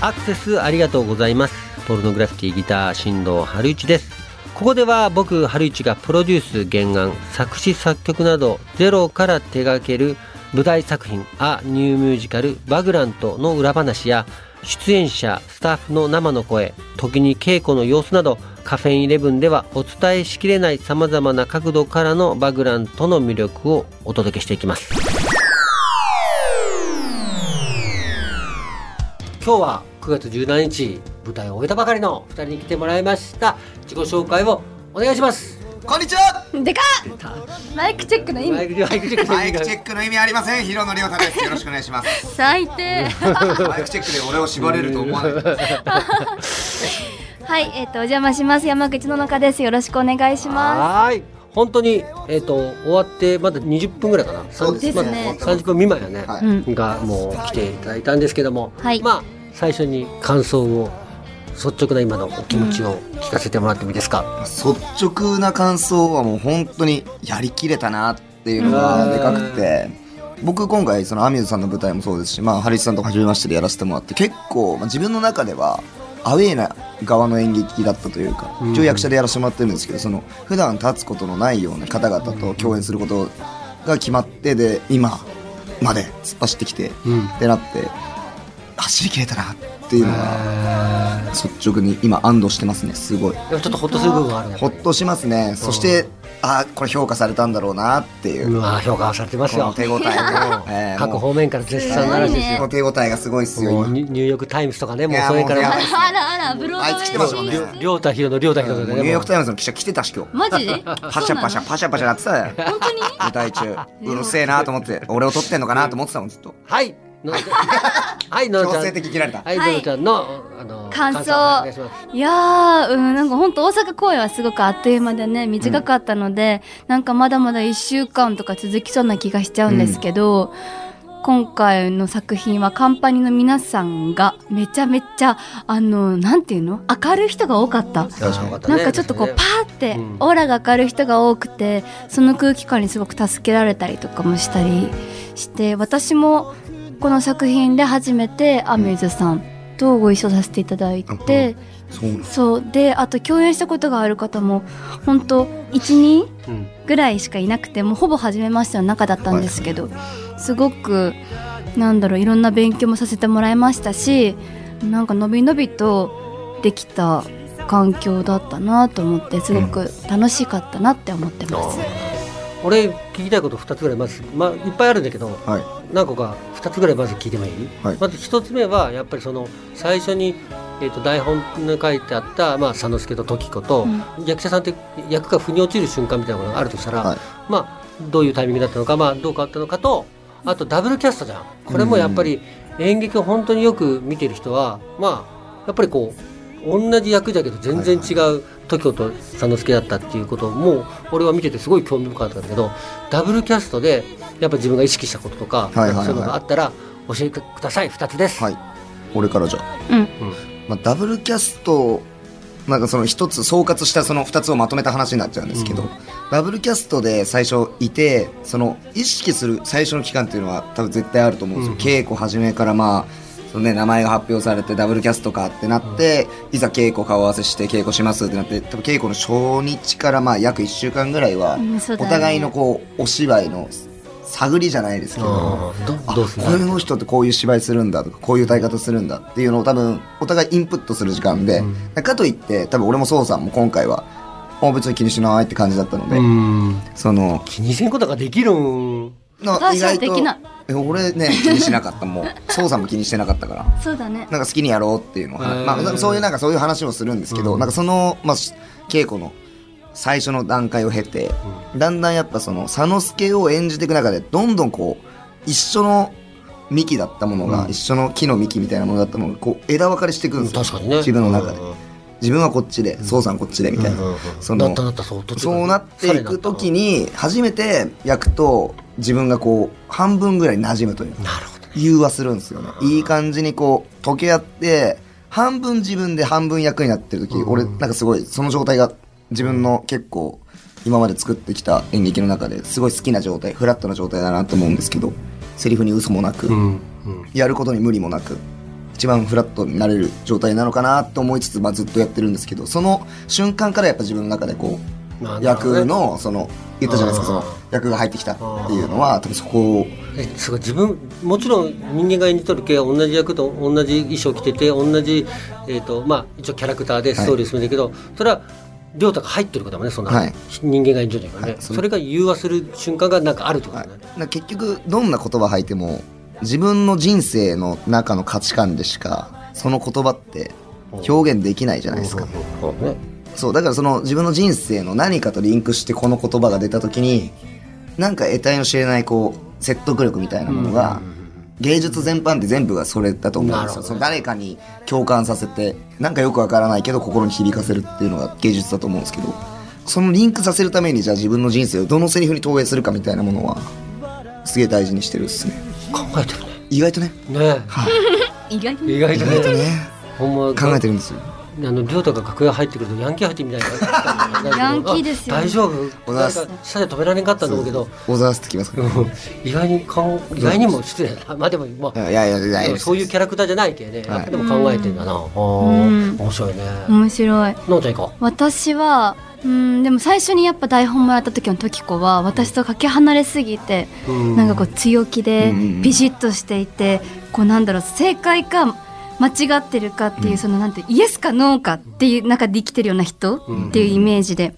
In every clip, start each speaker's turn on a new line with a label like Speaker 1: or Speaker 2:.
Speaker 1: アクセスありがとうございますポルノグラフィティギター新藤春一ですここでは僕春一がプロデュース原案作詞作曲などゼロから手掛ける舞台作品「ア・ニューミュージカルバグラント」の裏話や出演者スタッフの生の声時に稽古の様子などカフェインイレブンではお伝えしきれないさまざまな角度からのバグラントの魅力をお届けしていきます今日は9月17日舞台を終えたばかりの2人に来てもらいました自己紹介をお願いします
Speaker 2: こんにちは
Speaker 3: でかっマイクチェックの意
Speaker 1: マ
Speaker 3: 味
Speaker 1: イクチェックです
Speaker 2: マイクチェックの意味ありません広野亮太ですよろしくお願いします
Speaker 3: 最 低
Speaker 2: マイクチェックで俺を縛れると思わない
Speaker 3: はいえっ、とお邪魔します山口の中ですよろしくお願いしま
Speaker 1: はーい本当にえっ、と終わってまだ20分ぐらいかな
Speaker 2: そう
Speaker 3: ですね
Speaker 1: まだ30分未満やね、
Speaker 2: は
Speaker 3: すうん
Speaker 1: がもう来ていただいたんですけども、
Speaker 3: はい
Speaker 1: まあ最初に感想を率直な今のお気持ちを聞かせてもらってもいいですか、
Speaker 2: 率直な感想はもう本当にやりきれたなっていうのがでかくて僕今回そのアミューズさんの舞台もそうですし、まあ、ハリスさんとか初めましてでやらせてもらって結構、まあ、自分の中ではアウェーな側の演劇だったというか
Speaker 1: うん
Speaker 2: 一応役者でやらせてもらってるんですけどその普段立つことのないような方々と共演することが決まってで今まで突っ走ってきて
Speaker 1: うん
Speaker 2: ってなって走り切れたなっていうのが率直に今安堵してますねすごい
Speaker 1: でもちょっとホッとする部分はあるね
Speaker 2: ほっとしますねそしてあこれ評価されたんだろうなっていうう
Speaker 1: わ評価されてます
Speaker 2: この
Speaker 1: よ
Speaker 2: 手応え えー
Speaker 1: 各
Speaker 2: もう
Speaker 1: 方面から絶賛の嵐です
Speaker 2: この
Speaker 1: よ
Speaker 2: 手応えがすごいっすよ
Speaker 1: もう
Speaker 2: 今
Speaker 1: ニュニューヨーク・タイムズとかねもう
Speaker 2: いや
Speaker 1: それか
Speaker 2: もうや
Speaker 1: ら
Speaker 2: ばい
Speaker 3: すあらあらブロードウ
Speaker 2: あいつ来
Speaker 3: ェ
Speaker 2: てましたもん
Speaker 3: イ
Speaker 2: ね
Speaker 3: シリーズ
Speaker 1: りょうたひろのりょうたひろ
Speaker 2: うん
Speaker 1: と
Speaker 2: ニ
Speaker 1: か
Speaker 2: ュー
Speaker 1: ね
Speaker 2: ヨー
Speaker 1: も
Speaker 2: ク・タイムズの記者来てたし今日
Speaker 3: マジで
Speaker 2: パシャパシャパシャパシャなってたよ
Speaker 3: 本当に
Speaker 2: 舞台中うるせえなと思って俺を撮ってんのかなと思ってたもんずっと
Speaker 1: うはいの はいののちゃ
Speaker 2: 強
Speaker 1: ん
Speaker 2: 制的に切られた
Speaker 1: はいののちゃんのあの
Speaker 3: 感想
Speaker 1: お願いします
Speaker 3: いやー、うん、なんか本当大阪公演はすごくあっという間でね、短かったので、なんかまだまだ一週間とか続きそうな気がしちゃうんですけど、今回の作品はカンパニーの皆さんがめちゃめちゃ、あの、なんていうの明るい人が多かった。
Speaker 1: あーよたね
Speaker 3: なんかちょっとこうパーって
Speaker 1: うん
Speaker 3: オーラが明るい人が多くてその空気感にすごく助けられたりとかもしたりして私もこの作品で初めてアミューズさんとご一緒させていただいて
Speaker 2: そうなん
Speaker 3: そうであと共演したことがある方も本当一人
Speaker 1: うん
Speaker 3: ぐらいしかいなくてもうほぼ初めましての中だったんですけどすごくなんだろういろんな勉強もさせてもらいましたしなんかのびのびとできた環境だったなと思ってすごく楽しかったなって思ってます。
Speaker 1: 俺聞きたいこと2つぐらいまず、まあ、いっぱいあるんだけど
Speaker 2: はい
Speaker 1: 何個か2つぐらいまず聞いてもいい、
Speaker 2: はい
Speaker 1: まず1つ目はやっぱりその最初に、えー、と台本に書いてあった、まあ、佐之助と時子と、役者さんって役が腑に落ちる瞬間みたいなことがあるとしたら、
Speaker 2: はい
Speaker 1: まあ、どういうタイミングだったのか、まあ、どう変わったのかとあとダブルキャストじゃんこれもやっぱり演劇を本当によく見てる人はまあやっぱりこう同じ役だけど全然違う時子と佐之助だったっていうことも俺は見ててすごい興味深かったんだけどダブルキャストでやっぱ自分が意識したこととか、
Speaker 2: はいはいはい
Speaker 1: そういうのがあったら教えてください2つです。
Speaker 2: はい俺からじゃあ
Speaker 3: うん
Speaker 2: まあ、ダブルキャストなんかその一つ総括したその二つをまとめた話になっちゃうんですけど、
Speaker 1: うん
Speaker 2: ダブルキャストで最初いてその意識する最初の期間っていうのは多分絶対あると思うんですよ、稽古始めからまあそのね、名前が発表されてダブルキャストかってなって、いざ稽古顔合わせして稽古しますってなって多分稽古の初日からまあ約1週間ぐらいは、
Speaker 3: うんそう
Speaker 2: お
Speaker 3: だね
Speaker 2: 互いのこうお芝居の探りじゃないですけど
Speaker 1: あーど
Speaker 2: あ
Speaker 1: どうする
Speaker 2: これの人ってこういう芝居するんだとかこういう歌い方するんだっていうのを多分お互いインプットする時間で、かといって多分俺もそうさんも今回はもう別に気にしないって感じだったので、
Speaker 1: うん
Speaker 2: その
Speaker 1: 気にせんことができるん
Speaker 2: の
Speaker 3: 私はできない
Speaker 2: え俺ね気にしなかったもう そうさんも気にしてなかったから
Speaker 3: そうだね
Speaker 2: なんか好きにやろうっていうのを、
Speaker 1: へー
Speaker 2: まあ、そういうなんかそういう話をするんですけど、
Speaker 1: うん
Speaker 2: なんかその、まあ、し稽古の最初の段階を経て、だんだんやっぱその佐之助を演じていく中でどんどんこう一緒の幹だったものが、
Speaker 1: うん
Speaker 2: 一緒の木の幹みたいなものだったものがこう枝分かれしていくんですよ
Speaker 1: 確かにね
Speaker 2: 自分の中で、
Speaker 1: うん
Speaker 2: 自分はこっちで蒼さんこっちでみたいな、
Speaker 1: うんうんうん
Speaker 2: その
Speaker 1: なったなったそう途中
Speaker 2: そうなっていく時に初めて役と自分がこう半分ぐらいに馴染むというか
Speaker 1: なるほどね
Speaker 2: 融和するんですよねいい感じにこう溶け合って半分自分で半分役になってる時、
Speaker 1: うん
Speaker 2: 俺なんかすごいその状態が自分の結構今まで作ってきた演劇の中ですごい好きな状態フラットな状態だなと思うんですけどセリフに嘘もなく、
Speaker 1: うんうん
Speaker 2: やることに無理もなく一番フラットになれる状態なのかなと思いつつ、まあ、ずっとやってるんですけどその瞬間からやっぱ自分の中でこ
Speaker 1: まあ
Speaker 2: う役のその言ったじゃないですかそ
Speaker 1: あー
Speaker 2: の役が入ってきたっていうのは多分そこを
Speaker 1: えすごい自分もちろん人間が演じとる系は同じ役と同じ衣装着てて同じ、えーとまあ、一応キャラクターでストーリー進めてるけど、それは亮太が入ってることだもんねそんな、
Speaker 2: はい
Speaker 1: 人間が演じとるからね、
Speaker 2: はい
Speaker 1: そ
Speaker 2: そ
Speaker 1: れ
Speaker 2: う
Speaker 1: が融和する瞬間がなんかあるってこと
Speaker 2: はい
Speaker 1: だね、、
Speaker 2: な結局どんな言葉吐いても自分の人生の中の価値観でしかその言葉って表現できないじゃないですか、
Speaker 1: そうね
Speaker 2: そうだからその自分の人生の何かとリンクしてこの言葉が出た時になんか得体の知れないこう説得力みたいなものが、芸術全般って全部がそれだと思うんです
Speaker 1: なるほど
Speaker 2: よ、
Speaker 1: ね
Speaker 2: その誰かに共感させてなんかよくわからないけど心に響かせるっていうのが芸術だと思うんですけどそのリンクさせるためにじゃあ自分の人生をどのセリフに投影するかみたいなものはすげえ大事にしてるっすね
Speaker 1: 考えてるね
Speaker 2: 意外とね
Speaker 1: ね
Speaker 2: はい
Speaker 3: 意外と
Speaker 1: え
Speaker 3: ね
Speaker 1: 意外
Speaker 2: 意
Speaker 1: と
Speaker 2: 外と
Speaker 1: ね
Speaker 2: ね
Speaker 1: ほんま
Speaker 2: 考えてるんですよ
Speaker 1: あの亮太が楽屋入ってくるとヤンキー入ってみたいな
Speaker 3: ヤンキーですよ
Speaker 1: あ大丈夫
Speaker 2: おざっす
Speaker 1: なんか下で止められんかったんだろうけど
Speaker 2: 小沢すってきますか
Speaker 1: うん意外にかん意外にも失礼だ なまあでもまあ
Speaker 2: らいやいやいやいや
Speaker 1: そういうキャラクターじゃないけね、
Speaker 2: はい
Speaker 1: でも考えてんだな、あ
Speaker 3: ん
Speaker 1: ー面白いね、
Speaker 3: 面白い
Speaker 1: のんちゃんいこ
Speaker 3: 私はうんでも最初にやっぱ台本もらった時の時子は私とかけ離れすぎて、
Speaker 1: う、うん
Speaker 3: なんかこう強気で
Speaker 2: うんうんうん
Speaker 3: ビシッとしていて、こうなんだろう正解か間違ってるかっていう、そのなんてイエスかノーかっていう中で生きてるような人
Speaker 1: うん
Speaker 3: っていうイメージで、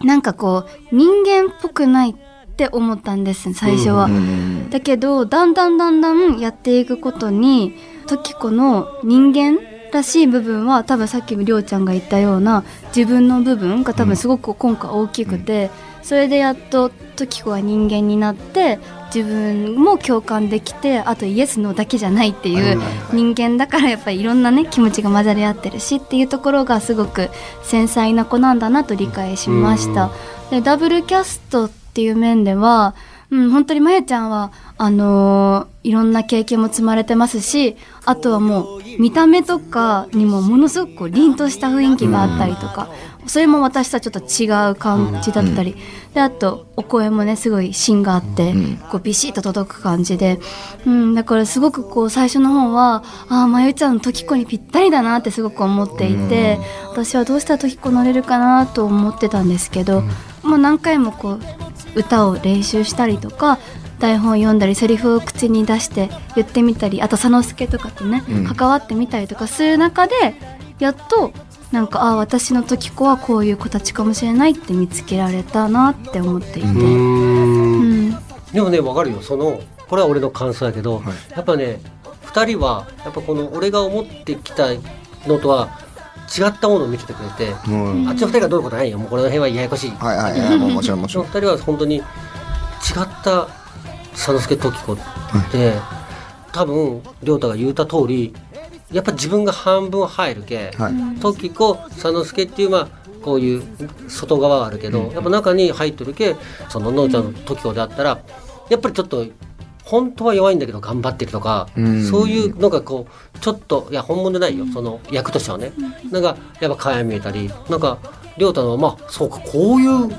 Speaker 3: なんかこう人間っぽくないって思ったんです最初は。
Speaker 2: うんうん
Speaker 3: だけどだんだんだんだんやっていくことに時子の人間らしい部分は多分さっきりょうちゃんが言ったような自分の部分が多分すごく今回大きくて、それでやっと時子は人間になって自分も共感できてあとイエスのだけじゃないっていう人間だからやっぱりいろんなね気持ちが混ざり合ってるしっていうところがすごく繊細な子なんだなと理解しました。でダブルキャストっていう面では、うん、本当にまゆちゃんはあのーいろんな経験も積まれてますしあとはもう見た目とかにもものすごくこう凛とした雰囲気があったりとか、それも私とはちょっと違う感じだったり、であとお声もねすごい芯があって、
Speaker 2: うん
Speaker 3: こうビシッと届く感じで、うん、だからすごくこう最初の方はああまゆちゃんの時子にぴったりだなってすごく思っていて、私はどうしたら時子乗れるかなと思ってたんですけど、もう何回もこう歌を練習したりとか台本読んだりセリフを口に出して言ってみたりあと佐之助とかとね、
Speaker 2: うん
Speaker 3: 関わってみたりとかする中でやっとなんかああ私の時子はこういう子たちかもしれないって見つけられたなって思っていて。
Speaker 1: う
Speaker 3: うんん
Speaker 1: でもねわかるよそのこれは俺の感想だけど、
Speaker 2: はい
Speaker 1: やっぱね2人はやっぱこの俺が思ってきたのとは違ったものを見せてくれて、
Speaker 2: うん
Speaker 1: あっちの2人がどういうことないよもうこの辺はややこしい
Speaker 2: はいはいはいもうもちろんもち
Speaker 1: そ
Speaker 2: ろ
Speaker 1: の
Speaker 2: ん
Speaker 1: 二人は本当に違った佐之助時子って、多分亮太が言うた通りやっぱ自分が半分入るけ、
Speaker 2: はい
Speaker 1: 時子佐之助っていうまあこういう外側はあるけど、やっぱ中に入ってるけそののうちゃんの時子であったらやっぱりちょっと本当は弱いんだけど頑張ってるとか、
Speaker 2: うん
Speaker 1: そういうのがこうちょっといや本物じゃないよその役としてはね、なんかやっぱ垣見えたりなんか亮太のまあそうかこういう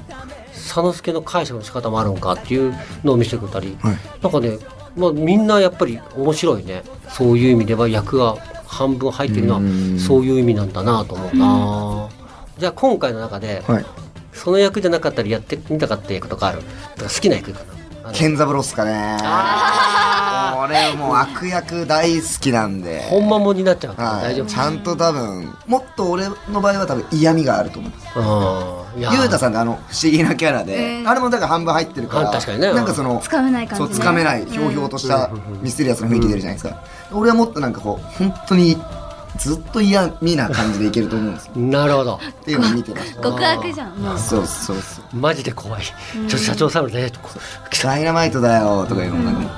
Speaker 1: 佐之助の解釈の仕方もあるんかっていうのを見せてくれたり、
Speaker 2: はい
Speaker 1: なんかね、まあ、みんなやっぱり面白いねそういう意味では役が半分入ってるの
Speaker 2: う
Speaker 1: は
Speaker 2: ん
Speaker 1: そういう意味なんだなと思うな、じゃあ今回の中で、
Speaker 2: はい
Speaker 1: その役じゃなかったりやってみたかった役とかあるとか好きな役かなあの
Speaker 2: ケンザブロっすかね
Speaker 1: あ
Speaker 2: 俺もう悪役大好きなんで
Speaker 1: ほんまもんになっちゃうから、
Speaker 2: は
Speaker 1: 大丈
Speaker 2: い、ちゃんと多分もっと俺の場合は多分嫌味があると思います
Speaker 1: 夫うんいや
Speaker 2: ゆうたさんってあの不思議なキャラで、
Speaker 3: うん
Speaker 2: あれもだから半分入ってるから
Speaker 1: あ確かにね
Speaker 2: なんかその
Speaker 3: つかめない感
Speaker 2: そ
Speaker 3: じ
Speaker 2: う
Speaker 3: ね
Speaker 2: つかめないひょうひょうとしたミステリアスな雰囲気出るじゃないですか、俺はもっとなんかこう本当にずっと嫌味な感じでいけると思うんですよ
Speaker 1: なるほど
Speaker 2: っていうのを見てました
Speaker 3: 極悪じゃんもう
Speaker 2: そうそうそう
Speaker 1: マジで怖い、ちょっと社長さんのねとこ
Speaker 2: ダイナマイトだよとかいうのもなんかもう、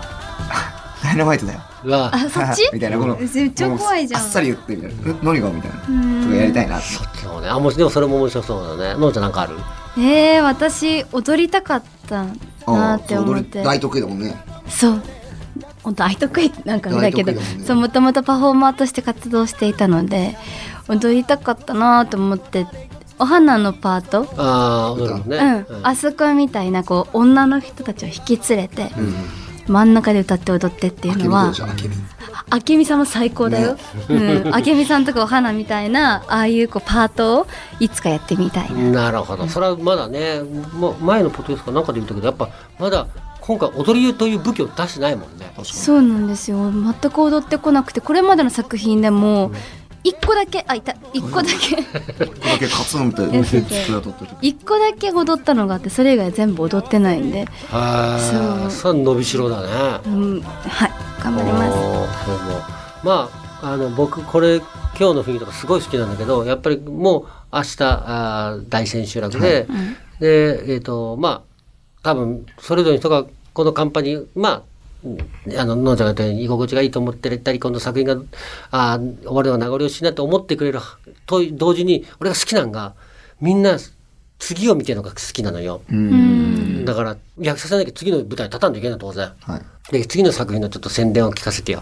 Speaker 2: ダイナマイトだよ
Speaker 1: うわ
Speaker 3: あそっち
Speaker 2: みたいなこの
Speaker 3: めっちゃ怖いじゃん
Speaker 2: もうあっさり言ってみたいなえ何がみたいな
Speaker 3: うん
Speaker 2: とかやりたいなって
Speaker 1: そっちの方ねあもうでもそれも面白そうだねのんちゃんなんかある
Speaker 3: えー、私踊りたかったなって思って
Speaker 2: 大得意だもんね
Speaker 3: そう本当愛得意なんかねだけど
Speaker 2: 大得意だもんね
Speaker 3: そうもともとパフォーマーとして活動していたので踊りたかったなと思ってお花のパート、
Speaker 1: ああなるほどね、
Speaker 3: うんあそこみたいなこう女の人たちを引き連れて、真ん中で歌って踊ってっていうのは
Speaker 2: あけび
Speaker 3: あ明美さんも最高だよ、うん、明美さんとかお花みたいなああいうこうパートをいつかやってみたいな、
Speaker 1: なるほどそれはまだね、ま、前のポッドキャストかなんかで見たけどやっぱまだ今回踊りという武器を出してないもんね
Speaker 3: そうなんですよ全く踊ってこなくてこれまでの作品でも一個だけあいた一個だけ
Speaker 2: ここだけカツンって
Speaker 3: やつで
Speaker 2: 机を取ってる
Speaker 3: 一個だけ踊ったのがあってそれ以外全部踊ってないんで、
Speaker 1: は
Speaker 3: そう
Speaker 1: それは伸びしろだね
Speaker 3: うん、はい頑張ります
Speaker 1: おーそうもまああの僕これ今日の雰囲気とかすごい好きなんだけどやっぱりもう明日あー大千秋楽で、でえっ、とまあ多分それぞれの人がこのカンパニーまあうんあののんちゃんが言ったように居心地がいいと思ってたりこの作品があー終わるのが名残惜しいなと思ってくれると同時に俺が好きなんがみんな次を見てるのが好きなのよ、
Speaker 2: うん
Speaker 3: うん
Speaker 1: だから逆させなきゃ次の舞台立たんといけないの当然
Speaker 2: はい
Speaker 1: で次の作品のちょっと宣伝を聞かせてよ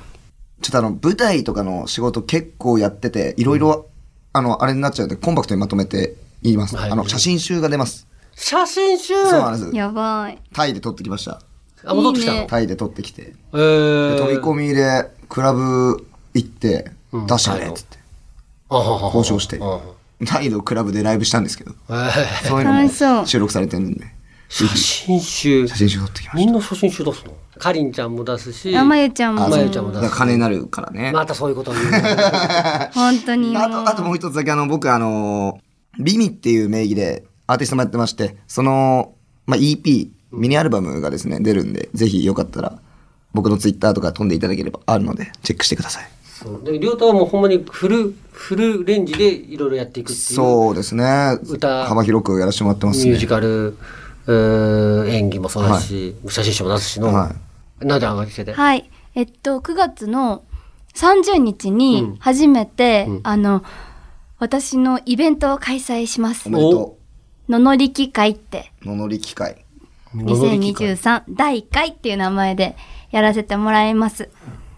Speaker 2: ちょっとあの舞台とかの仕事結構やってていろいろあのあれになっちゃうのでコンパクトにまとめて言います、
Speaker 1: はい
Speaker 2: あの写真集が出ます、
Speaker 1: 写真集
Speaker 2: そうなんです
Speaker 3: やばい
Speaker 2: タイで撮ってきました
Speaker 1: あ戻ってきたの
Speaker 3: いいね
Speaker 2: タイで撮ってきて
Speaker 1: えー、
Speaker 2: で飛び込みでクラブ行って
Speaker 1: うん
Speaker 2: 出してくれっつって
Speaker 1: あははは
Speaker 2: 交渉して
Speaker 1: あはは
Speaker 2: タイのクラブでライブしたんですけど
Speaker 1: えー
Speaker 2: そういうの
Speaker 3: 楽しそ
Speaker 2: も
Speaker 3: う
Speaker 2: 収録されてるんで
Speaker 1: 写真集
Speaker 2: 写真集撮ってきま
Speaker 1: み
Speaker 2: し
Speaker 1: んな写真集出すのかりんちゃんも出すし
Speaker 3: あまゆちゃん
Speaker 1: あ
Speaker 3: も
Speaker 1: まゆちゃんも出
Speaker 2: ただから
Speaker 1: す
Speaker 2: 金になるからね
Speaker 1: またそういうことを言う は
Speaker 3: 本当に
Speaker 2: あと、あともう一つだけ、あの、僕、あのー、ビミっていう名義でアーティストもやってまして、その、まあ、EP、ミニアルバムがですね、出るんで、ぜひよかったら、僕のツイッターとか飛んでいただければあるので、チェックしてください。
Speaker 1: そうで両太はもうほんまにフルフルレンジでいろいろやっていくっていう
Speaker 2: そうですね。
Speaker 1: 歌
Speaker 2: 幅広くやらせてもらってます
Speaker 1: ミュー
Speaker 2: ね
Speaker 1: ジ。カル、えー演技もそうだし、写真集も出すしの、
Speaker 2: は
Speaker 1: なんで上がりしてて、
Speaker 3: はい。えっと、9月の30日
Speaker 1: うん
Speaker 3: に初めて、あの、私のイベントを開催します
Speaker 2: お。めでと
Speaker 3: ののりき会って、
Speaker 2: う。ののり機会。
Speaker 1: 戻り機会
Speaker 3: 2023第1回っていう名前でやらせてもらいます。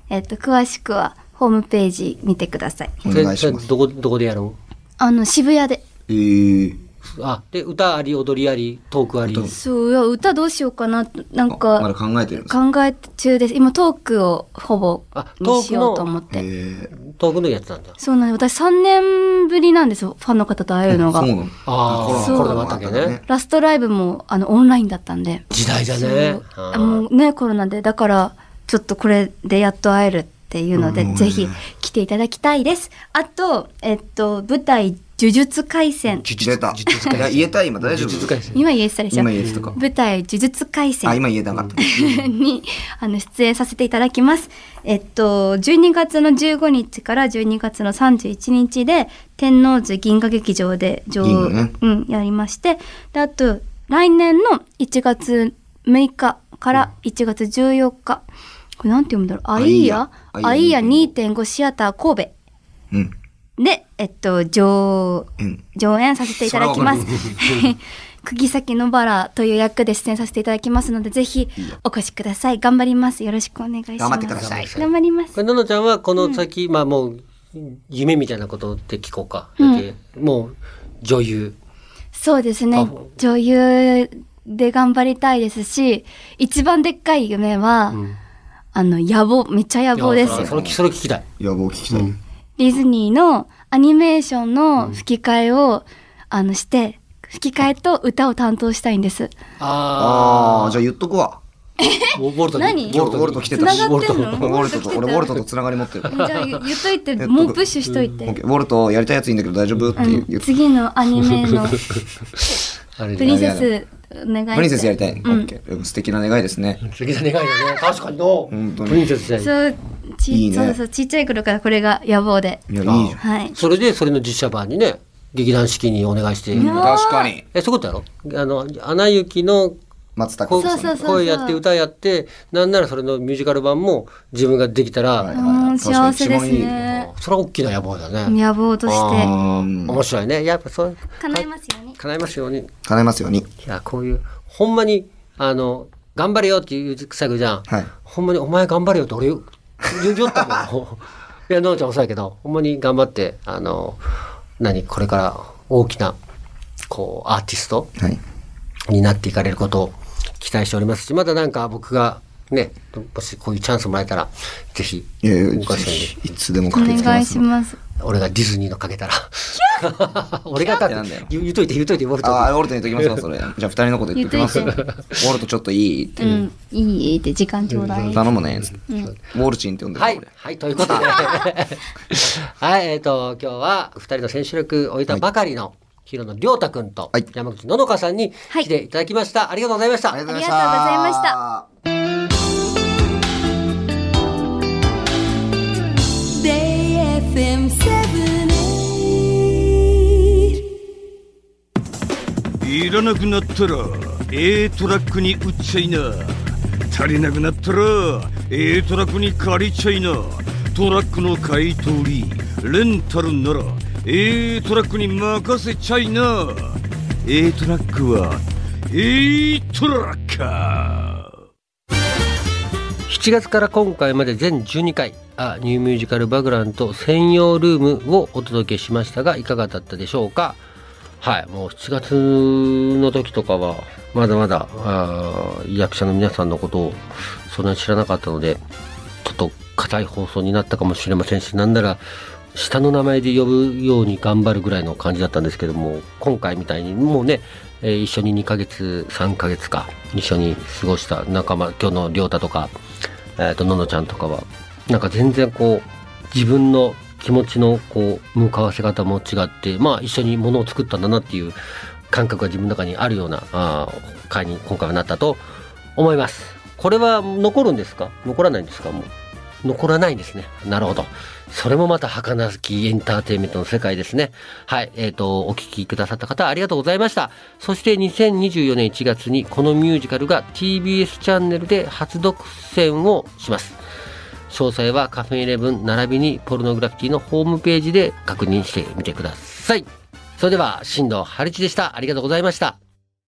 Speaker 3: えっと、詳しくはホームページ見てください。
Speaker 2: お願いし
Speaker 1: それそ
Speaker 2: ま
Speaker 1: れ
Speaker 2: す。
Speaker 1: どこどこでやるの
Speaker 3: あの、渋谷で。
Speaker 2: えー、
Speaker 1: あで歌あり踊りありトークあり
Speaker 3: そう、いや、歌どうしようかな、なん
Speaker 2: あまだ
Speaker 3: か、
Speaker 2: 考えてるんですか
Speaker 3: 考え中です。今、トークをほぼ
Speaker 1: あ、トークの
Speaker 3: にしようと思って。
Speaker 2: えー、
Speaker 1: トークのやってたんだ
Speaker 3: そうなんです。私3年ぶりなんですよ。ファンの方と会えるのが
Speaker 2: そう。なの
Speaker 1: ああ
Speaker 3: そう
Speaker 1: コロナもあったわけね。
Speaker 3: ラストライブもあのオンラインだったんで。
Speaker 1: 時代だ
Speaker 3: そ
Speaker 1: ね
Speaker 3: う
Speaker 1: あ
Speaker 3: あもうね、コロナで。だから、ちょっとこれでやっと会えるっていうので、
Speaker 2: うん
Speaker 3: ぜひ来ていただきたいです。あと、えっと、舞台、呪術廻戦。
Speaker 2: 出た。いや、言えた今大丈夫
Speaker 1: 呪術廻戦
Speaker 3: 今言えてたでしょ
Speaker 2: 今言えてたか
Speaker 3: 舞台、呪術廻戦。
Speaker 2: あ、今言えなかった。
Speaker 3: にあの出演させていただきます。えっと、12月の15日から12月の31日で、天王洲銀河劇場で上、
Speaker 2: 銀河ね
Speaker 3: うん、やりまして、で、あと、来年の1月6日から1月14日、これなんて読むんだろう、アイーヤ
Speaker 2: アイーヤ
Speaker 3: アイーヤ2.5シアター神
Speaker 2: うん。
Speaker 3: 戸で、えっと、上、
Speaker 2: うん。
Speaker 3: 上演させていただきます
Speaker 2: そ。
Speaker 3: 釘崎野原という役で出演させていただきますので、ぜひお越しください。頑張ります。よろしくお願いします。
Speaker 2: 頑張ってください
Speaker 3: 頑張ります
Speaker 1: こ。れののちゃんはこの先、まあもう夢みたいなことって聞こうか、だってもう女優
Speaker 3: そうです
Speaker 1: あ
Speaker 3: ね。女優で頑張りたいですし、一番でっかい夢は、あの、野望、めっちゃ野望です
Speaker 1: いやそ
Speaker 3: よ。
Speaker 1: れそれ聞きたい
Speaker 2: 野望聞きたい。
Speaker 3: ディズニーのアニメーションの吹き替えを、あの、して、吹き替えと歌を担当したいんです。
Speaker 1: あ
Speaker 2: ああ、じゃあ言っとくわ。
Speaker 1: あボボルトに
Speaker 3: 何
Speaker 2: ウォルト、ウォルト来てたし。
Speaker 3: 繋がってんの
Speaker 2: ウォルトと、俺ウォルトとつながり持ってる。
Speaker 3: じゃあ言っといて、
Speaker 2: えっと
Speaker 3: もうプッシュしといて。
Speaker 2: オッケーウォルトやりたいやついいんだけど大丈夫って
Speaker 3: あ
Speaker 2: 言う言
Speaker 3: の
Speaker 2: う。
Speaker 3: 次のアニメ の
Speaker 1: あれ
Speaker 3: プ
Speaker 1: だよ
Speaker 3: リンセスお願いして
Speaker 2: プリンセスやりたい。オ
Speaker 3: うん
Speaker 2: ッケーうん素敵な願いですね。
Speaker 1: 素敵な願いだね確かにの
Speaker 2: 本当に
Speaker 1: プリンセスじゃん
Speaker 3: そうち
Speaker 2: いいね
Speaker 3: そうそうちっちゃい頃からこれが野望で
Speaker 2: いや、いいじゃん。
Speaker 3: はい
Speaker 1: それでそれの実写版にね劇団四季にお願いして、
Speaker 3: ん
Speaker 2: 確かに。
Speaker 1: えそういうことやろあの「アナ雪」の
Speaker 2: 松
Speaker 1: こ
Speaker 2: 高
Speaker 1: う
Speaker 2: さ
Speaker 3: そ
Speaker 2: ん
Speaker 3: うそう
Speaker 1: 声やって歌やってなんならそれのミュージカル版も自分ができたら、
Speaker 2: はい
Speaker 3: うん
Speaker 2: 確かに
Speaker 3: 幸せです
Speaker 2: 一番いい
Speaker 3: ね
Speaker 1: それは大きな野望だね、
Speaker 3: 野望として
Speaker 2: あーうん
Speaker 1: 面白いねやっぱそう
Speaker 3: 叶いますよね
Speaker 1: 叶いますようにい
Speaker 2: 叶えますように。
Speaker 1: やこういうほんまにあの頑張れよっていう作じゃん、
Speaker 2: はい
Speaker 1: ほんまにお前頑張れよって俺よよったもん いやのんちゃんもそうやけどほんまに頑張ってあの何これから大きなこうアーティスト
Speaker 2: はい。
Speaker 1: になっていかれることを期待しておりますしまたなんか僕がね、もしこういうチャンスもらえたら、ぜひ、
Speaker 2: いやいや
Speaker 1: お母さんに
Speaker 2: いつでも
Speaker 3: お
Speaker 2: かけつけ
Speaker 3: 願
Speaker 2: ま
Speaker 3: い
Speaker 2: す
Speaker 3: し。ます。
Speaker 1: 俺がディズニーのかけたら。俺がだ
Speaker 2: キャーってなん
Speaker 1: っ
Speaker 2: だよ
Speaker 1: て 言う言うといて言うといて、ボルトに。
Speaker 2: ああ、ウォルトに言っときますか、それ。じゃあ、二人のこと言っときます。ウ
Speaker 3: 言っと
Speaker 2: ォルトちょっといいって
Speaker 3: うん、いいって時間ちょうだい。
Speaker 2: 頼むね。
Speaker 3: ん
Speaker 2: ウォルチンって呼んでる
Speaker 1: はい
Speaker 2: 俺。
Speaker 1: はい、ということ で。はい、えっ、と、今日は二人の選手力を置いたばかりの、広野亮太くんと
Speaker 2: はい
Speaker 1: 山口ののかさんに来ていただきました。ありがとうございました。
Speaker 2: ありがとう
Speaker 3: う
Speaker 2: ご
Speaker 3: ご
Speaker 2: ざ
Speaker 3: ざ
Speaker 2: い
Speaker 3: い
Speaker 2: ま
Speaker 3: ま
Speaker 2: し
Speaker 3: したた。Day FM 78
Speaker 4: いらなくなったら A トラックに売っちゃいな足りなくなったら A トラックに借りちゃいなトラックの買い取りレンタルなら A トラックに任せちゃいな A トラックは A トラッカー
Speaker 1: 7月から今回まで全12回あニューミュージカルバグランと専用ルームをお届けしましたがいかがだったでしょうかはいもう7月の時とかはまだまだあー役者の皆さんのことをそんなに知らなかったのでちょっと硬い放送になったかもしれませんしなんなら下の名前で呼ぶように頑張るぐらいの感じだったんですけども今回みたいにもうね、えー一緒に2ヶ月3ヶ月か一緒に過ごした仲間今日の亮太とかえー、とののちゃんとかはなんか全然こう自分の気持ちのこう向かわせ方も違ってまあ一緒にものを作ったんだなっていう感覚が自分の中にあるようなあー回に今回はなったと思いますこれは残るんですか残らないんですかもう残らないんですねなるほどそれもまた儚きエンターテインメントの世界ですねはいえっ、とお聞きくださった方ありがとうございましたそして2024年1月にこのミュージカルが TBS チャンネルで初独占をします詳細はカフェイレブン並びにポルノグラフィティのホームページで確認してみてくださいそれでは新藤春一でしたありがとうございました